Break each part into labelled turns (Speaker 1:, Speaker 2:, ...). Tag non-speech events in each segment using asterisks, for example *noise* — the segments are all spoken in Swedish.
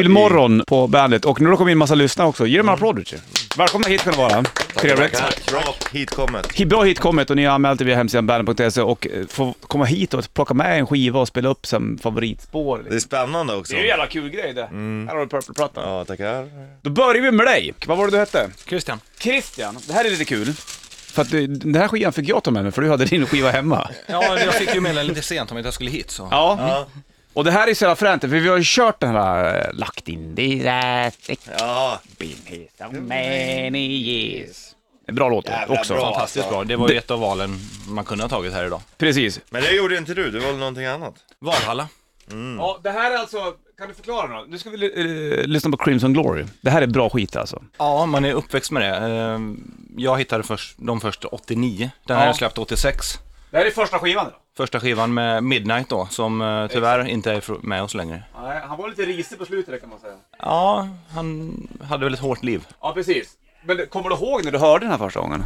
Speaker 1: Vinylmorgon på bandet. Och nu har det kommit in massa lyssnare också. Ge dem en applåd Richie. Välkomna hit kan det vara. Trevligt.
Speaker 2: Rakt hitkommet.
Speaker 1: Hi- Bra hitkommet och ni har anmält er via hemsidan bandet.se och eh, får komma hit och plocka med en skiva och spela upp som favoritspår. liksom.
Speaker 2: Det är spännande också.
Speaker 1: Det är ju en jävla kul grej det. Här har du Purple-plattan.
Speaker 2: Ja, tackar.
Speaker 1: Då börjar vi med dig. Vad var det du hette?
Speaker 3: Christian.
Speaker 1: Christian. Det här är lite kul. För att du, den här skivan fick jag ta med mig för du hade din skiva hemma.
Speaker 3: Ja, jag fick ju mejlen lite sent om att jag skulle hit så.
Speaker 1: Ja. Och det här är så jävla fränt, för vi har ju kört den här eh, lagt in dina
Speaker 2: Ja,
Speaker 1: been here so many years. Mm. En bra låt
Speaker 2: Jävla
Speaker 1: också.
Speaker 2: bra.
Speaker 3: Fantastiskt bra. Det var ju ett av valen man kunde ha tagit här idag.
Speaker 1: Precis.
Speaker 2: men det gjorde inte du. Du valde någonting annat.
Speaker 3: Valhalla.
Speaker 2: Mm.
Speaker 1: Ja, det här är alltså, kan du förklara då? Nu ska vi eh, lyssna på Crimson Glory. Det här är bra skit alltså.
Speaker 3: Ja, man är uppväxt med det. Eh, Jag hittade först, de först 89. Den här
Speaker 1: Ja.
Speaker 3: är släppt 86.
Speaker 1: Det här är första skivan då?
Speaker 3: Första skivan med Midnight då, som eh, tyvärr inte är fr- med oss längre.
Speaker 1: Nej, han var lite risig på slutet kan man säga.
Speaker 3: Ja, han hade väl ett hårt liv.
Speaker 1: Ja, precis. Men det- kommer du ihåg när du hörde den här första gången?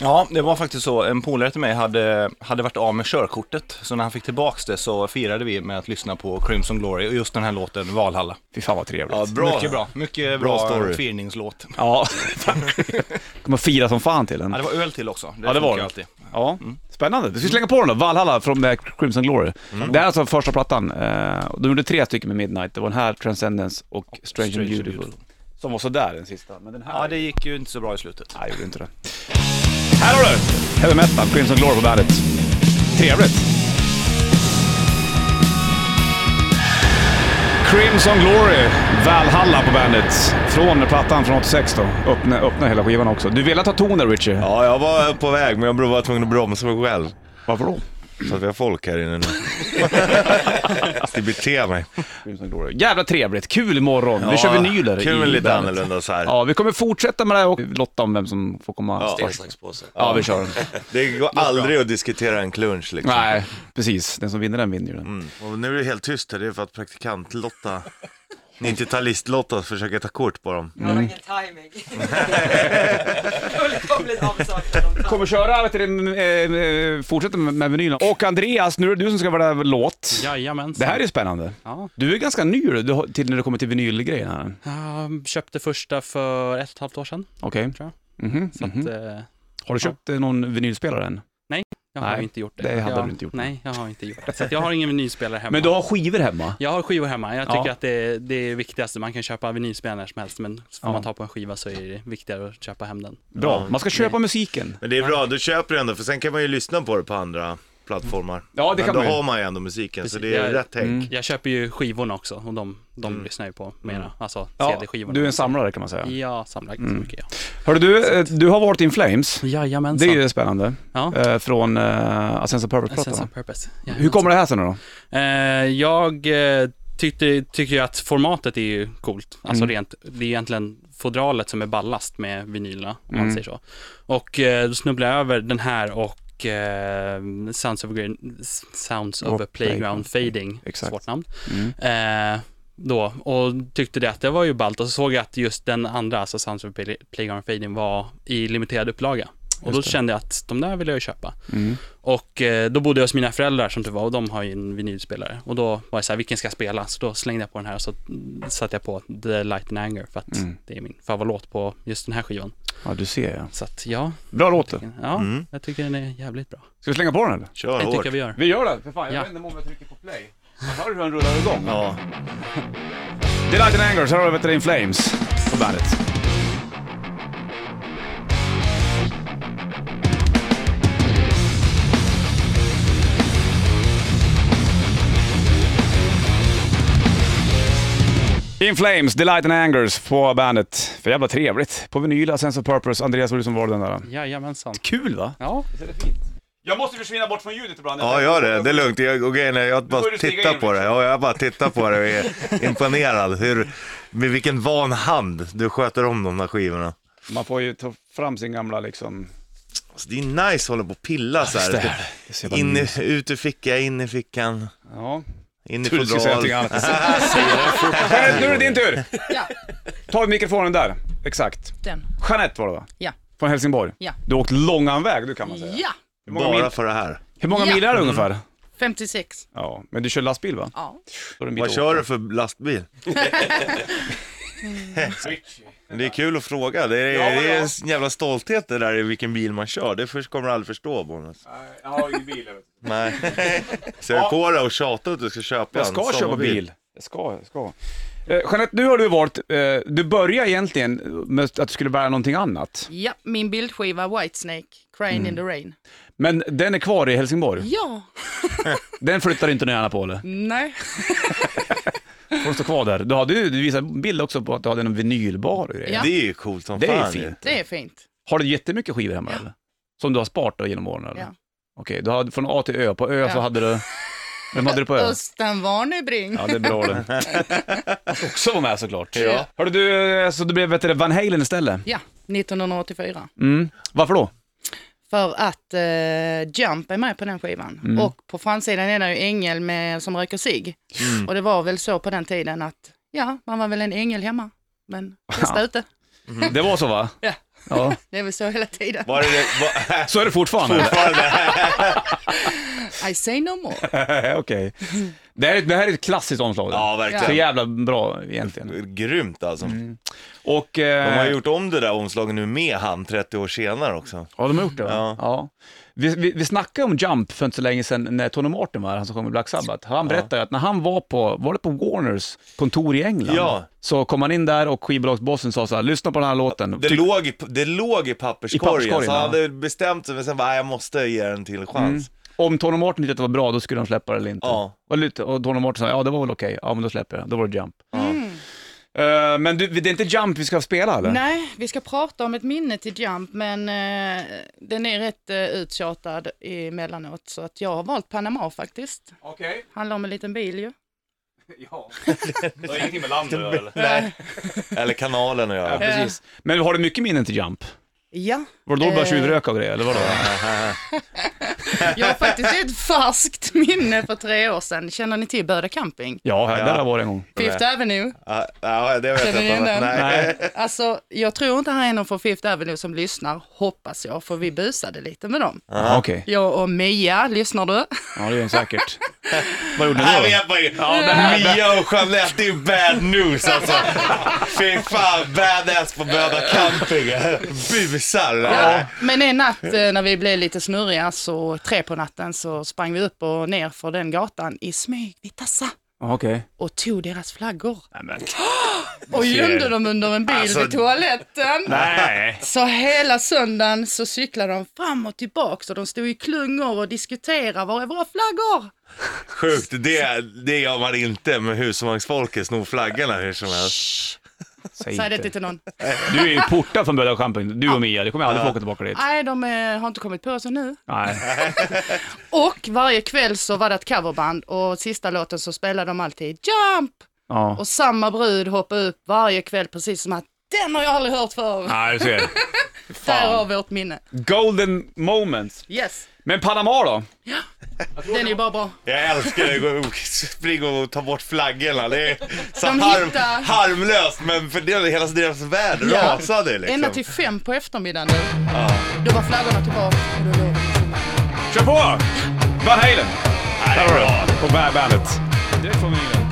Speaker 3: Ja, det var faktiskt så. En polare till mig hade, hade varit av med körkortet, så när han fick tillbaks det så firade vi med att lyssna på Crimson Glory och just den här låten Valhalla.
Speaker 1: Fy fan vad trevligt.
Speaker 2: Ja, bra.
Speaker 3: Mycket bra, mycket
Speaker 2: Bra
Speaker 3: bra,
Speaker 2: story.
Speaker 3: firningslåt.
Speaker 1: Ja, *laughs* verkligen. Kommer fira som fan till den.
Speaker 3: Ja, det var öl till också. Det
Speaker 1: Ja, det var
Speaker 3: funkar
Speaker 1: det.
Speaker 3: ju alltid. Mm.
Speaker 1: Ja, spännande. Du ska slänga på den då, Valhalla från eh, Crimson Glory.
Speaker 3: Mm.
Speaker 1: Det här är alltså första plattan. Eh, och De gjorde tre stycken med Midnight. Det var den här, Transcendence och Strange, and
Speaker 3: Strange and
Speaker 1: Beautiful.
Speaker 3: Beautiful.
Speaker 1: Som var sådär den sista, men den här...
Speaker 3: Ja, det gick ju inte så bra i slutet.
Speaker 1: Nej, gjorde inte det. Här har du! Heavy Metal, Crimson Glory på bandet. Trevligt! Crimson Glory, Valhalla på bandet. Från plattan från 86 då. Öppna, öppna hela skivan också. Du ville ta ton där Richie.
Speaker 2: Ja, jag var på väg, men jag var tvungen att bromsa mig själv.
Speaker 1: Varför då?
Speaker 2: Så att vi har folk
Speaker 1: *laughs*
Speaker 2: här inne nu. Så det beter mig.
Speaker 1: Crimson Glory. Jävla trevligt, kul imorgon. vi kör vinyler
Speaker 2: Kul
Speaker 1: i
Speaker 2: med lite
Speaker 1: bandet.
Speaker 2: annorlunda så här.
Speaker 1: Ja, vi kommer fortsätta med det här och lotta om vem som får komma
Speaker 2: Ja.
Speaker 1: först.
Speaker 4: Stensaxpåse.
Speaker 1: Ja, vi kör den.
Speaker 2: Det går aldrig att diskutera en klunch liksom.
Speaker 1: Nej, precis. Den som vinner den vinner ju den.
Speaker 2: Mm. Och nu är det helt tyst här, det är för att praktikant-Lotta, 90-talist-Lotta försöker ta kort på dem.
Speaker 1: Mm.
Speaker 5: Ja, vilken timing.
Speaker 6: *laughs*
Speaker 5: Fullkomligt avsaknad av timing.
Speaker 1: Kommer köra, vet du, eh, eh, fortsätta med, med vinylen. Och Andreas, nu är det du som ska vara där låt.
Speaker 7: Jajamensan.
Speaker 1: Det här är till
Speaker 7: Ja.
Speaker 1: Du är ganska ny du, du, till när det kommer till vinylgrejen här.
Speaker 7: Jag köpte första för ett och ett halvt år sedan.
Speaker 1: Okej.
Speaker 7: Tror
Speaker 1: Mhm,
Speaker 7: Så
Speaker 1: mhm.
Speaker 7: att, eh,
Speaker 1: Har du köpt eh, någon vinylspelare än?
Speaker 7: jag
Speaker 1: Nej,
Speaker 7: har ju inte gjort det.
Speaker 1: det hade
Speaker 7: jag,
Speaker 1: du inte gjort.
Speaker 7: Nej, jag har inte gjort det. Så att jag har ingen vinylspelare hemma.
Speaker 1: Men du har skivor hemma?
Speaker 7: Jag har skivor hemma. Jag tycker
Speaker 1: Ja.
Speaker 7: att det är det är viktigaste. Man kan köpa vinylspelare när som helst, men får
Speaker 1: Ja.
Speaker 7: man ta på en skiva så är det viktigare att köpa hem den.
Speaker 1: Bra. Man ska köpa musiken.
Speaker 2: Men det är bra, du köper det ändå, för sen kan man ju lyssna på det på andra plattformar.
Speaker 1: Ja, det
Speaker 2: Men
Speaker 1: kan
Speaker 2: då
Speaker 1: man ju.
Speaker 2: har man ju ändå musiken, så
Speaker 7: Precis.
Speaker 2: det är
Speaker 7: Jag-
Speaker 2: rätt tänk.
Speaker 1: Mm.
Speaker 7: Jag köper ju skivorna också och de, de lyssnar ju på mera. Alltså
Speaker 1: Ja,
Speaker 7: CD-skivorna.
Speaker 1: du är en samlare Mm. kan man säga.
Speaker 7: Ja, samlar ganska mycket. Ja.
Speaker 1: Hörru du, eh, du har varit in Flames. Det
Speaker 7: Jajamensan.
Speaker 1: är ju spännande.
Speaker 7: ja.
Speaker 1: Eh, Från uh, Ascension
Speaker 7: A sense
Speaker 1: Perfect-plattan.
Speaker 7: of purpose.
Speaker 1: Hur
Speaker 7: Jajamensan.
Speaker 1: kommer det här sig nu då?
Speaker 7: Eh, jag eh, tyckte, tycker ju att formatet är ju coolt. Alltså
Speaker 1: Mm.
Speaker 7: rent, det är egentligen fodralet som är ballast med vinylerna, om
Speaker 1: Mm.
Speaker 7: man säger så. Och eh, då snubblade jag över den här och eh, Sounds of, a Green, Sounds of
Speaker 1: Och
Speaker 7: a Playground
Speaker 1: Playground.
Speaker 7: Fading,
Speaker 1: Exakt.
Speaker 7: svårt namn.
Speaker 1: Mm.
Speaker 7: Eh, då, och tyckte det att det var ju ballt och så såg jag att just den andra, alltså Sounds of a Play- Playground Fading var i limiterad upplaga. Och då
Speaker 1: Just det.
Speaker 7: kände jag att de där vill jag ju köpa.
Speaker 1: Mm.
Speaker 7: Och eh, då bodde jag hos mina föräldrar som det var och de har ju en vinylspelare. Och då var jag så här, vilken ska jag spela? Så då slängde jag på den här och så satte jag på The Light and Anger för att
Speaker 1: Mm.
Speaker 7: det är min favoritlåt på just den här skivan.
Speaker 1: Ja, du ser ja.
Speaker 7: Så att ja,
Speaker 1: Bra låt du.
Speaker 7: ja
Speaker 2: Mm.
Speaker 7: jag tycker den är jävligt bra.
Speaker 1: Ska vi slänga på den eller?
Speaker 2: Kör
Speaker 7: det
Speaker 2: hårt.
Speaker 7: tycker jag vi gör.
Speaker 1: Vi gör det, för fan. Jag
Speaker 7: Ja.
Speaker 1: vet inte om jag trycker på play. Man hör hur den rullar igång. *laughs*
Speaker 2: Ja.
Speaker 1: Delight and Anger, så här har vi vet du, In Flames på bandet. In Flames, Delight and Angers på bandet. För jävla trevligt. På vinyl, Sense of Purpose. Andreas, var du som var den där?
Speaker 7: Jajamensan.
Speaker 1: Kul va?
Speaker 7: Ja,
Speaker 1: Jag måste försvinna bort från ljudet ibland.
Speaker 2: Ja, gör det. Det är lugnt. Jag, och grejen är, jag
Speaker 1: får
Speaker 2: bara
Speaker 1: du stiga
Speaker 2: tittar
Speaker 1: in, liksom.
Speaker 2: på det. Ja, jag bara tittar på det och är imponerad. Hur, med vilken van hand du sköter om de där skivorna.
Speaker 1: Man får ju ta fram sin gamla liksom...
Speaker 2: Alltså, det är nice att hålla på och pilla så här. Typ,
Speaker 1: Det är så jävla
Speaker 2: In i, ut ur ficka, in i fickan,
Speaker 1: Ja.
Speaker 2: in i
Speaker 1: Tur du skulle säga
Speaker 2: fodral.
Speaker 1: någonting annat. *laughs* Jeanette, nu är det din tur!
Speaker 8: Ja.
Speaker 1: Ta mikrofonen där. Exakt.
Speaker 8: Den.
Speaker 1: Jeanette var det va?
Speaker 8: Ja.
Speaker 1: Från Helsingborg.
Speaker 8: Ja.
Speaker 1: Du har åkt långan väg du kan man säga.
Speaker 8: Ja,
Speaker 1: Hur många, mil,
Speaker 2: Bara för det här.
Speaker 1: hur många
Speaker 8: Ja.
Speaker 1: mil är det ungefär?
Speaker 4: 56.
Speaker 1: Ja, men du kör lastbil va?
Speaker 4: Ja.
Speaker 1: Då är det en bit
Speaker 2: Vad
Speaker 1: att
Speaker 2: kör
Speaker 1: åka.
Speaker 2: du
Speaker 1: *laughs*
Speaker 2: för lastbil? Det är kul att fråga. Det är, det är en jävla stolthet det där i vilken bil man kör. Det först kommer du aldrig förstå Bonus.
Speaker 8: Jag har ingen bil. jag vet inte.
Speaker 1: *laughs*
Speaker 2: Nej. Ser du på dig och tjatar att du ska köpa
Speaker 1: Jag
Speaker 2: en
Speaker 1: ska köpa
Speaker 2: sommarbil?
Speaker 1: bil. Jag ska, jag ska. Eh, Jeanette, nu har du valt, eh, du började egentligen med att du skulle bära någonting annat.
Speaker 4: ja, min bildskiva Whitesnake, Crying in the Rain.
Speaker 1: Men den är kvar i Helsingborg.
Speaker 4: Ja,
Speaker 1: Den flyttar inte ni gärna på eller?
Speaker 4: nej.
Speaker 1: Får den stå kvar där? Du, hade, ju- du visade en bild också på att du hade en vinylbar och grejer.
Speaker 4: Ja.
Speaker 2: Det är ju coolt som
Speaker 1: Det är
Speaker 2: fan.
Speaker 1: fint.
Speaker 4: Det är fint.
Speaker 1: Har du jättemycket skivor hemma eller? Som du har sparat då genom åren eller?
Speaker 4: Ja.
Speaker 1: Okej, du hade från A till Ö. På Ö så
Speaker 4: Ja.
Speaker 1: hade du... Vem hade du på
Speaker 4: *laughs*
Speaker 1: Ö?
Speaker 4: Östen Warnerbring.
Speaker 1: Ja, det är bra
Speaker 4: *laughs*
Speaker 1: det. Han ska också vara med såklart. Ja. Hörde du, eh, så du blev vet du, det, Van Halen istället?
Speaker 4: Ja, 1984.
Speaker 1: Mm. Varför då?
Speaker 4: För att eh, Jump är med på den skivan. Och på framsidan är det ju ängel med, som röker cigg. Och det var väl så på den tiden att, ja, man var väl en ängel hemma. Men testa ute.
Speaker 1: Det var så va?
Speaker 4: Mm. Ja.
Speaker 1: ja.
Speaker 4: Det är väl så hela tiden.
Speaker 1: *laughs*
Speaker 2: Var är det, var, *laughs*
Speaker 1: Så är det fortfarande.
Speaker 4: I say no more.
Speaker 1: *laughs* Okej. Det, här är- det här är ett klassiskt omslag.
Speaker 2: ja,
Speaker 1: Så
Speaker 2: verkligen.
Speaker 1: jävla bra egentligen.
Speaker 2: Grymt alltså.
Speaker 1: Mm. Och... eh,
Speaker 2: De har gjort om det där omslaget nu med han 30 år senare också.
Speaker 1: Ja, de har gjort det va? Ja.
Speaker 2: Ja.
Speaker 1: Vi, vi, vi snackade om Jump för inte så länge sedan när Tony Martin var här, han som sjöng med Black Sabbath. Han berättade att när han var på, var det på Warners kontor i England?
Speaker 2: Ja.
Speaker 1: Så kom han in där och skivbolagsbossen sa så här, lyssna på den här låten.
Speaker 2: Det,
Speaker 1: Ty-
Speaker 2: låg, i, det låg i
Speaker 1: I
Speaker 2: papperskorgen,
Speaker 1: papperskorgen,
Speaker 2: så han
Speaker 1: ja.
Speaker 2: hade bestämt sig, men sen bara, "Nej, jag måste ge den till chans.
Speaker 1: om Tony Martin tyckte att det var bra, då skulle de släppa det eller inte.
Speaker 2: Ja.
Speaker 1: Och, lite, och Tony Martin sa, ja det var väl okej, ja men då släpper jag det. Då var det Jump. Eh, men du, det är inte Jump vi ska spela eller?
Speaker 4: Mm. Nej, vi ska prata om ett minne till Jump, men eh, den är rätt eh, uttjatad emellanåt. Så att jag har valt Panama faktiskt.
Speaker 8: Okej,
Speaker 4: Handlar om en liten bil ju.
Speaker 8: ja. Det har ingenting med
Speaker 1: Mm.
Speaker 8: landet att göra, eller?
Speaker 2: *laughs* Nej. Eller kanalen att göra.
Speaker 1: Precis. Men har du mycket minnen till Jump?
Speaker 4: Ja,
Speaker 1: Var det då du började
Speaker 4: Eh.
Speaker 1: tjuvröka och grejer, eller vadå?
Speaker 4: jag har faktiskt ett färskt minne för tre år sedan. Känner ni till Böda camping?
Speaker 1: Ja, här,
Speaker 2: Ja.
Speaker 1: där har jag varit en gång.
Speaker 4: Fifth Avenue.
Speaker 2: Ja, ja, det vet jag
Speaker 4: Känner ni
Speaker 2: inte.
Speaker 4: igen
Speaker 2: annars.
Speaker 4: den?
Speaker 2: Nej.
Speaker 4: Alltså, jag tror inte han är någon från Fifth Avenue som lyssnar, hoppas jag, för vi busade lite med dem.
Speaker 1: Ja, Okej,
Speaker 4: Jag och Mia, lyssnar du?
Speaker 1: ja det är
Speaker 2: *laughs*
Speaker 1: säkert. Vad gjorde ni
Speaker 2: Jag
Speaker 1: då?
Speaker 2: vet vad det Mia och Jeanette, det är bad news alltså. Fy fan, badass på Böda camping. Busar.
Speaker 4: Ja. Men en natt eh, när vi blev lite snurriga, så tre på natten, så sprang vi upp och ner för den gatan i smyg, vi tassade
Speaker 1: Ja, Okej.
Speaker 4: och tog deras flaggor
Speaker 1: Nämen.
Speaker 4: och gömde dem under en bil
Speaker 2: Alltså-
Speaker 4: vid toaletten.
Speaker 1: Nej.
Speaker 4: Så hela söndagen så cyklade de fram och tillbaks och de stod i klungor och diskuterade, var är våra flaggor?
Speaker 2: Sjukt, det, det gör man inte med husvagnsfolket, snor flaggorna hur som helst.
Speaker 1: Säg
Speaker 4: Säg det
Speaker 1: inte.
Speaker 4: till någon.
Speaker 1: Du är ju portad från Böda Champagne, du och Mia. Det kommer jag aldrig få åka tillbaka dit.
Speaker 4: Nej, de eh, har inte kommit på så nu.
Speaker 1: Nej.
Speaker 4: Och varje kväll så var det ett coverband och sista låten så spelade de alltid Jump!
Speaker 1: Ja.
Speaker 4: Och samma brud hoppade upp varje kväll precis som att den har jag aldrig hört förr.
Speaker 1: Nej, du ser.
Speaker 4: Där har
Speaker 1: Fan.
Speaker 4: vårt minne.
Speaker 1: Golden moments.
Speaker 4: Yes,
Speaker 1: Men Panama då?
Speaker 4: den är ju bara bra.
Speaker 2: Jag älskar det, gå och- spring och ta bort flaggorna. Det är så
Speaker 4: De
Speaker 2: harm,
Speaker 4: hittar-
Speaker 2: harmlöst, men för det, hela deras värld
Speaker 4: Ja.
Speaker 2: rasade liksom.
Speaker 4: Ända till fem på eftermiddagen nu. Då var flaggorna tillbaka. och då låg vi.
Speaker 1: Kör på! Van Halen. Där har du det. På Bad Bandet. Direkt från vinylen.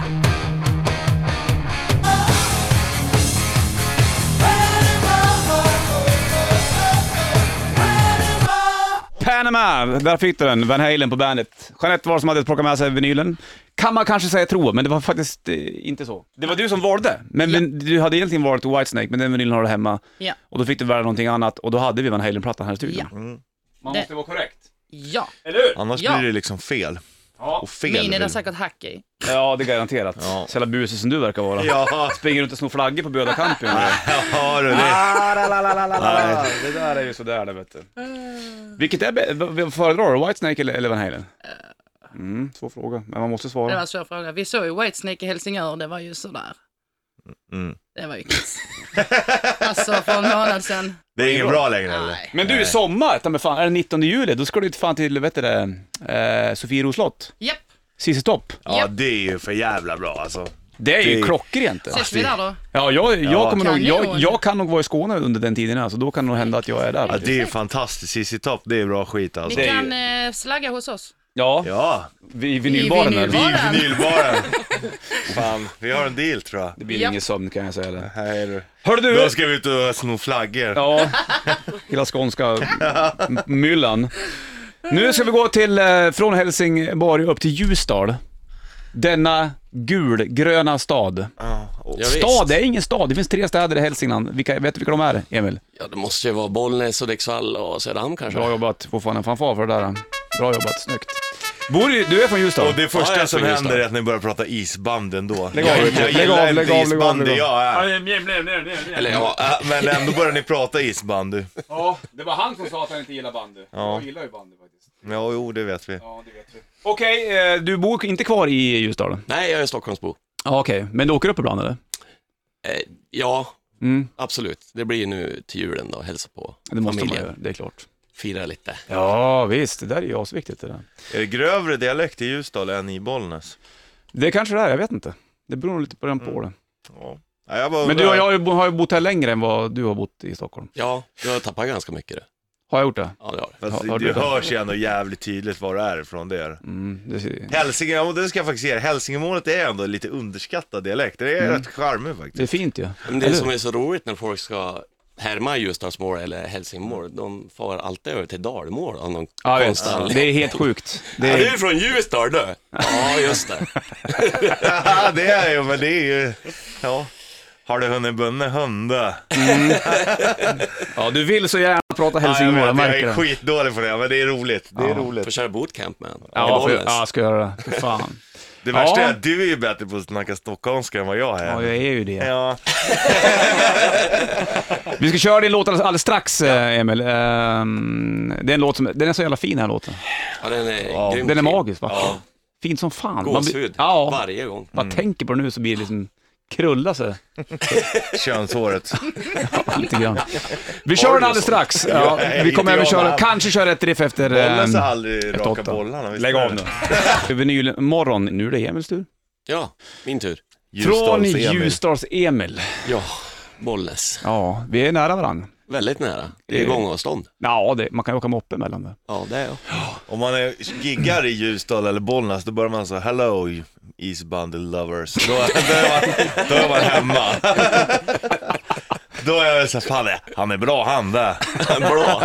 Speaker 1: Panama, där fick du den. Van Halen på bandet. Jeanette var det som hade plockat med sig vinylen. Kan man kanske säga tro, men det var faktiskt eh, inte så. Det var du som valde, men, men du hade egentligen valt Whitesnake, men den vinylen har du hemma.
Speaker 4: Ja.
Speaker 1: Och då fick du välja någonting annat, och då hade vi Van Halen-plattan här i studion. Mm.
Speaker 4: Ja.
Speaker 1: Man
Speaker 4: måste
Speaker 1: vara korrekt,
Speaker 4: ja,
Speaker 1: eller hur?
Speaker 2: Annars
Speaker 4: Ja.
Speaker 2: blir det liksom fel.
Speaker 1: Ja.
Speaker 2: Och fel.
Speaker 4: min är den
Speaker 2: vill-
Speaker 4: säkert hack i.
Speaker 1: Ja, det är garanterat.
Speaker 2: Ja.
Speaker 1: Så jävla busig som du verkar vara.
Speaker 2: Ja,
Speaker 1: Springer runt och snor flaggor på Böda camping. och grejer.
Speaker 2: ja du, det.
Speaker 1: Ah, Nej, det där är ju sådär det vet du. Vilket är bä- v- v- föredrar du, Whitesnake eller, eller Van Halen? Mm, svår fråga, men man måste
Speaker 4: Det var
Speaker 1: svara.
Speaker 4: en svår fråga. Vi såg ju Whitesnake i Helsingör, det var ju sådär.
Speaker 2: Mm.
Speaker 4: Det var ju kiss. *laughs* alltså för en månad sedan.
Speaker 2: det är inget bra längre eller?
Speaker 4: Nej.
Speaker 1: Men alltså- du, i sommar, ta mig fan, är det 19 juli, då ska du inte fan till, vet du det, eh, Sofiero slott,
Speaker 4: Japp,
Speaker 1: ZZ Topp.
Speaker 2: Ja, det är ju för jävla bra alltså.
Speaker 1: Det är ju
Speaker 2: Det-
Speaker 1: klockrent.
Speaker 4: ses vi där då.
Speaker 1: Ja, jag, jag,
Speaker 2: Ja.
Speaker 1: kommer nog, jag,
Speaker 4: Kanon.
Speaker 1: jag kan nog vara i Skåne under den tiden, alltså, då kan det nog hända att jag är där.
Speaker 2: Ja, det är ju fantastiskt. CC Top, det är bra skit
Speaker 4: Ni
Speaker 2: alltså.
Speaker 1: Det är ju-
Speaker 4: kan eh, slagga hos oss.
Speaker 1: Ja,
Speaker 2: Ja,
Speaker 1: i vinylbaren
Speaker 4: I
Speaker 1: eller?
Speaker 4: vinylbaren.
Speaker 2: i
Speaker 1: *laughs*
Speaker 2: vinylbaren. Fan, vi har en deal tror jag.
Speaker 1: Det blir
Speaker 4: Japp.
Speaker 1: ingen sömn kan jag säga det.
Speaker 2: Här är du.
Speaker 1: Hör du!
Speaker 2: Då ska vi ut och sno flaggor.
Speaker 1: Ja, hela skånska m- myllan. Nu ska vi gå till, eh, från Helsingborg upp till Ljusdal. Denna gulgröna stad.
Speaker 6: Ja, visst.
Speaker 1: Stad är ingen stad, det finns tre städer i Hälsingland. Vilka, vet du vilka de är, Emil?
Speaker 6: Ja, det måste ju vara Bollnäs, Hudiksvall och Söderhamn kanske.
Speaker 1: Bra jobbat, får fan en fanfar för det där. Bra jobbat, snyggt. Bor du, du är från Ljusdal?
Speaker 2: Och det första
Speaker 6: Ja, jag
Speaker 2: som
Speaker 6: tror just
Speaker 2: händer
Speaker 6: det.
Speaker 2: är att ni börjar prata isbandy ändå.
Speaker 1: Lägg av,
Speaker 2: jag,
Speaker 1: lägg av,
Speaker 2: jag gillar
Speaker 1: lägg av,
Speaker 2: inte
Speaker 1: lägg av,
Speaker 2: isbandy,
Speaker 1: lägg av.
Speaker 2: jag är.
Speaker 6: Eller ja, äh,
Speaker 2: Ja, äh, Men ändå börjar ni prata isbandy.
Speaker 1: Ja, det var han som sa att han inte gillar bandy. Jag gillar ju bandy faktiskt.
Speaker 2: Ja, jo, det vet vi.
Speaker 1: Ja, det vet vi. Okej, eh, du bor inte kvar i Ljusdal?
Speaker 6: nej jag är Stockholmsbo.
Speaker 1: Ja, okej. Men du åker upp ibland eller?
Speaker 6: Eh, ja,
Speaker 1: Mm,
Speaker 6: absolut. Det blir nu till julen då, hälsa på
Speaker 1: det måste man
Speaker 6: familjen.
Speaker 1: göra, det är klart.
Speaker 6: Fira lite.
Speaker 1: Ja, visst. Det där är ju asviktigt det där.
Speaker 2: Är det grövre dialekt i Ljusdal än i Bollnäs?
Speaker 1: Det kanske det är, jag vet inte. Det beror nog lite på den på det.
Speaker 2: Ja. Ja, jag bara
Speaker 1: Men du och
Speaker 2: undrar.
Speaker 1: jag har ju bo- har ju bott här längre än vad du har bott i Stockholm.
Speaker 6: Ja, du har tappat ganska mycket du.
Speaker 1: Har jag gjort det?
Speaker 6: Ja, det har du.
Speaker 2: Fast
Speaker 1: Har- har
Speaker 2: det
Speaker 1: du-
Speaker 2: hörs ju ändå jävligt tydligt var det är ifrån det är.
Speaker 1: Mm, det,
Speaker 2: Hälsingemål, det ska jag faktiskt ge er. Hälsingemålet är ändå lite underskattad dialekt. Det är
Speaker 1: Mm.
Speaker 2: rätt charmig
Speaker 1: det
Speaker 2: faktiskt. *laughs*
Speaker 1: är fint ju.
Speaker 6: Men det
Speaker 1: Eller-
Speaker 6: som är så roligt när folk ska härma Ljusdalsmål eller Helsingmål, de far alltid över till Dalmål av någon
Speaker 1: Ja, visst.
Speaker 6: konstig anledning.
Speaker 1: Det är helt sjukt. Det
Speaker 6: Ja, du är
Speaker 1: är,
Speaker 6: från Ljusdal du! Ja, just det.
Speaker 2: Ja, det är ju, men det är ju, ja. Har du hunnit bunne hunde?
Speaker 1: ja, du vill så gärna prata
Speaker 2: Ja,
Speaker 1: Helsingborg,
Speaker 2: jag,
Speaker 1: jag
Speaker 2: vet, jag
Speaker 1: märker
Speaker 2: är
Speaker 1: det.
Speaker 2: skitdålig på det, men det är roligt. Det är roligt.
Speaker 6: Får köra bootcamp med honom.
Speaker 1: Ja, för,
Speaker 6: I
Speaker 1: ja,
Speaker 6: Bollnäs.
Speaker 1: jag ska göra det. För fan.
Speaker 2: Det värsta
Speaker 1: Ja.
Speaker 2: är att du är ju bättre på att snacka stockholmska än vad jag
Speaker 1: Ja,
Speaker 2: är.
Speaker 1: jag är ju det.
Speaker 2: Ja,
Speaker 1: Vi ska köra din låt alldeles, alldeles strax, eh, Emil. Ehm, Det är en låt som, den är så jävla fin den här låten.
Speaker 6: Ja, den är grymt
Speaker 1: Den är
Speaker 6: fin.
Speaker 1: magisk va?
Speaker 6: Ja.
Speaker 1: Fin som fan. Man blir-
Speaker 6: Gåshud
Speaker 1: Ja,
Speaker 6: varje gång.
Speaker 1: man
Speaker 2: Mm.
Speaker 1: tänker på det nu så blir det liksom krulla sig.
Speaker 2: *laughs* könshåret.
Speaker 1: Lite grann. Vi kör den alldeles strax. Ja, vi kommer även köra, kanske köra ett riff efter...
Speaker 2: Bollen så
Speaker 1: ehm,
Speaker 2: aldrig raka
Speaker 1: åtta.
Speaker 2: bollarna. visst
Speaker 1: Lägg
Speaker 2: är
Speaker 1: av
Speaker 2: det? *laughs*
Speaker 1: nu. Vinylmorgon, nu är det Emils tur.
Speaker 6: Ja, min tur.
Speaker 1: Från
Speaker 2: Ljusdals Emil.
Speaker 1: Ljusdals-Emil.
Speaker 6: Ja, Bollnäs.
Speaker 1: Ja, vi är nära varandra.
Speaker 6: Väldigt nära. Det är
Speaker 1: Eh.
Speaker 6: gångavstånd.
Speaker 1: Ja, det, man kan ju åka moppe mellan det.
Speaker 6: Ja, det är jag.
Speaker 2: Om man är, giggar i Ljusdal eller Bollnäs, då börjar man så Hello Eastbandy lovers. Då, då, är man, då är man hemma. Då är jag såhär, fan det, han är bra han där.
Speaker 1: *laughs*
Speaker 6: *laughs* Bra.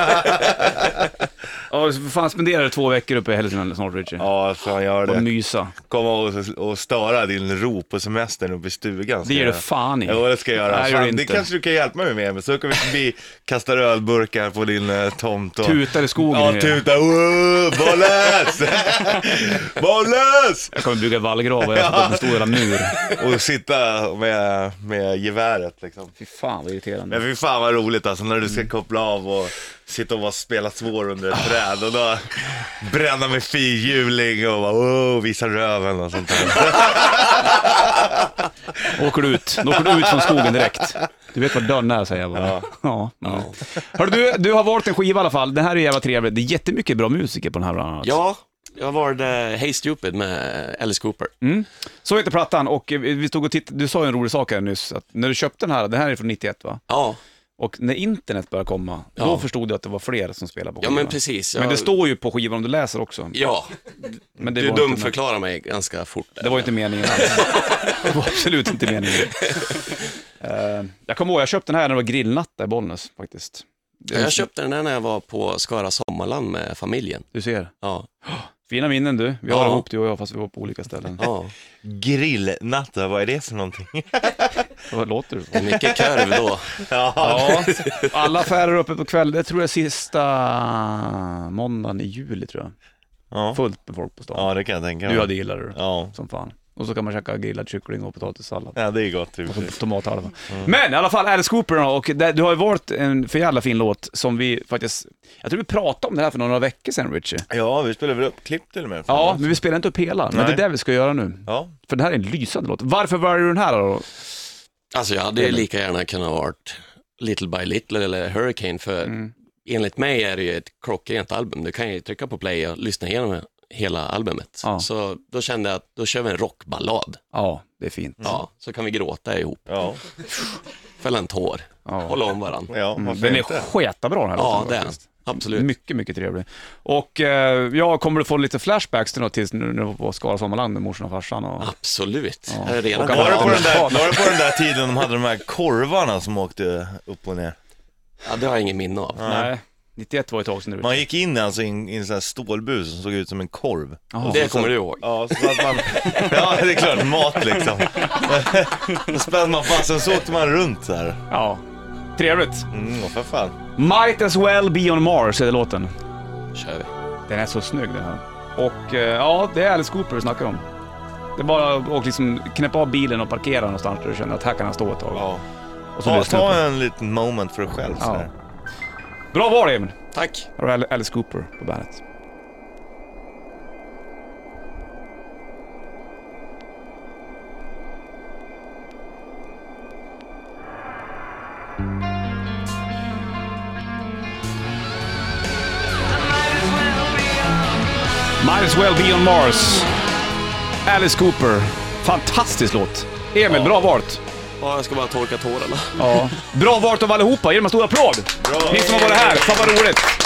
Speaker 1: Ja, du får fan spenderar två veckor uppe i Hälsingland snart Richie.
Speaker 2: Ja, fan gör
Speaker 1: Och
Speaker 2: det.
Speaker 1: mysa.
Speaker 2: Komma och, och störa din ro på semestern uppe i stugan.
Speaker 1: Det
Speaker 2: ska
Speaker 1: ger du
Speaker 2: jag
Speaker 1: fan i.
Speaker 2: göra. Jo, det ska jag göra.
Speaker 1: Nej, gör det
Speaker 2: Fan, det
Speaker 1: inte.
Speaker 2: kanske du kan hjälpa mig med, men så kan vi förbi, kastar ölburkar på din eh, tomt och...
Speaker 1: Tutar i skogen.
Speaker 2: Ja,
Speaker 1: ju.
Speaker 2: tuta. Wow, Bollnäs! *laughs* Bollnäs!
Speaker 1: Jag kommer bygga vallgrav och jag har en stor jävla mur.
Speaker 2: och sitta med, med geväret liksom.
Speaker 1: Fy fan vad irriterande.
Speaker 2: Men fy fan vad roligt alltså när du ska koppla av och sitta och bara spela svår under ett träd och då bränna med fyrhjuling och bara, oh, visa röven och sånt där.
Speaker 1: Åker du ut, då åker du ut från skogen direkt. Du vet var dörren är säger jag bara. Ja. ja. Hörru, du, du har valt en skiva i alla fall. Den här är jävla trevlig. Det är jättemycket bra musiker på den här bland annat.
Speaker 6: Ja, jag var det Hey Stupid med Alice Cooper.
Speaker 1: Mm. Så heter plattan och eh, vi stod och tittade, du sa ju en rolig sak här nyss, att när du köpte den här, den här är från 91 va?
Speaker 6: Ja,
Speaker 1: Och när internet började komma, då
Speaker 6: Ja.
Speaker 1: förstod du att det var fler som spelade på
Speaker 6: ja
Speaker 1: skivan.
Speaker 6: men precis. Jag,
Speaker 1: Men det står ju på skivan om du läser också.
Speaker 6: Ja,
Speaker 1: Men det
Speaker 6: du
Speaker 1: var inte-
Speaker 6: dumförklarar mig ganska fort. där.
Speaker 1: Det var ju inte *laughs* meningen alls. Det var absolut inte meningen. Eh, jag kommer ihåg, jag köpte den här när det var grillnatt där i Bollnäs faktiskt. Det-
Speaker 6: Jag köpte den där när jag var på Skara Sommarland med familjen.
Speaker 1: Du ser.
Speaker 6: Ja,
Speaker 1: Fina minnen du. Vi har
Speaker 6: Ja.
Speaker 1: ihop du och jag fast vi var på olika ställen.
Speaker 6: ja.
Speaker 2: Grillnatta, vad är det för någonting?
Speaker 1: Vad låter det så?
Speaker 6: mycket kurv då.
Speaker 2: *laughs* Ja,
Speaker 1: Ja, alla affärer uppe på kvällen. Det tror jag är sista måndagen i juli tror jag.
Speaker 2: ja.
Speaker 1: Fullt med folk på stan.
Speaker 2: ja det kan jag tänka
Speaker 1: Du
Speaker 2: mig.
Speaker 1: hade gillat det
Speaker 2: Ja.
Speaker 1: som fan. Och så kan man käka grillad kyckling och potatissallad.
Speaker 2: ja, det är gott. i och
Speaker 1: Och
Speaker 2: för sig.
Speaker 1: så tomathalva.
Speaker 2: Mm.
Speaker 1: Men i alla fall, Alice Cooper då, och där, du har ju varit en för jävla fin låt som vi faktiskt, jag tror vi pratade om det här för några veckor sedan Richie.
Speaker 2: Ja, vi spelar väl upp klipp till och med?
Speaker 1: Ja, men vi spelar inte upp hela, men
Speaker 2: Nej.
Speaker 1: det är det vi ska göra nu.
Speaker 2: Ja.
Speaker 1: För det här är en lysande låt. Varför väljer du den här då?
Speaker 6: Alltså jag hade ju lika gärna kunnat ha varit Little by Little eller Hurricane för
Speaker 2: Mm.
Speaker 6: enligt mig är det ju ett klockrent album. Du kan ju trycka på play och lyssna igenom hela albumet.
Speaker 1: Ja.
Speaker 6: Så då kände jag att då kör vi en rockballad.
Speaker 2: Mm.
Speaker 1: Ja, det är fint.
Speaker 6: Ja, så kan vi gråta ihop,
Speaker 2: Ja,
Speaker 6: fälla en tår,
Speaker 1: Ja.
Speaker 6: hålla om varandra.
Speaker 2: ja varför
Speaker 1: Den är
Speaker 2: inte?
Speaker 1: sketa bra Mm. den här
Speaker 6: Ja,
Speaker 1: låten.
Speaker 6: det är
Speaker 1: faktiskt.
Speaker 6: Absolut.
Speaker 1: Mycket, mycket trevlig. Och eh, ja, kommer du få lite flashbacks till något tills nu när du var på Skara Sommarland med morsan och farsan? Och...
Speaker 2: Ah,
Speaker 6: Absolut.
Speaker 1: Ja.
Speaker 6: Jag är redan
Speaker 1: Och
Speaker 2: Var det,
Speaker 1: Ja.
Speaker 2: på den *laughs* där, var det på den där tiden de hade de här korvarna som åkte upp och ner?
Speaker 6: Ja, det har jag ingen minne av.
Speaker 1: Nej, 91 var ju ett tag sedan nu.
Speaker 2: Man gick in alltså i en, i en sån här stålbur som såg ut som en korv.
Speaker 1: Ja.
Speaker 6: Det kommer du ihåg.
Speaker 2: Ja, så att man... ja det är klart, mat liksom. *laughs* Då spände man fast, sen så åkte man runt så här.
Speaker 1: Ja, trevligt.
Speaker 2: Mm, och för fan.
Speaker 1: Might as well be on Mars heter låten.
Speaker 6: kör vi.
Speaker 1: Den är så snygg den här. Och eh, ja, det är Alice Cooper vi snackar om. Det är bara att liksom knäppa av bilen och parkera någonstans där du känner att här kan han stå ett tag.
Speaker 2: Ja.
Speaker 1: Och så
Speaker 2: Ta,
Speaker 1: lyssnar du
Speaker 2: ta
Speaker 1: på-
Speaker 2: en liten moment för dig själv så
Speaker 1: Ja.
Speaker 2: här.
Speaker 1: Bra val Emil!
Speaker 6: Tack.
Speaker 1: Här har du Alice Cooper på bandet. Might as well be on Mars. Alice Cooper. Fantastisk låt. Emil, bra valt.
Speaker 6: Ja, jag ska bara torka tårarna.
Speaker 1: Ja. Bra valt av allihopa. Ge dem en stor applåd. Ni som har varit här. Fan vad roligt.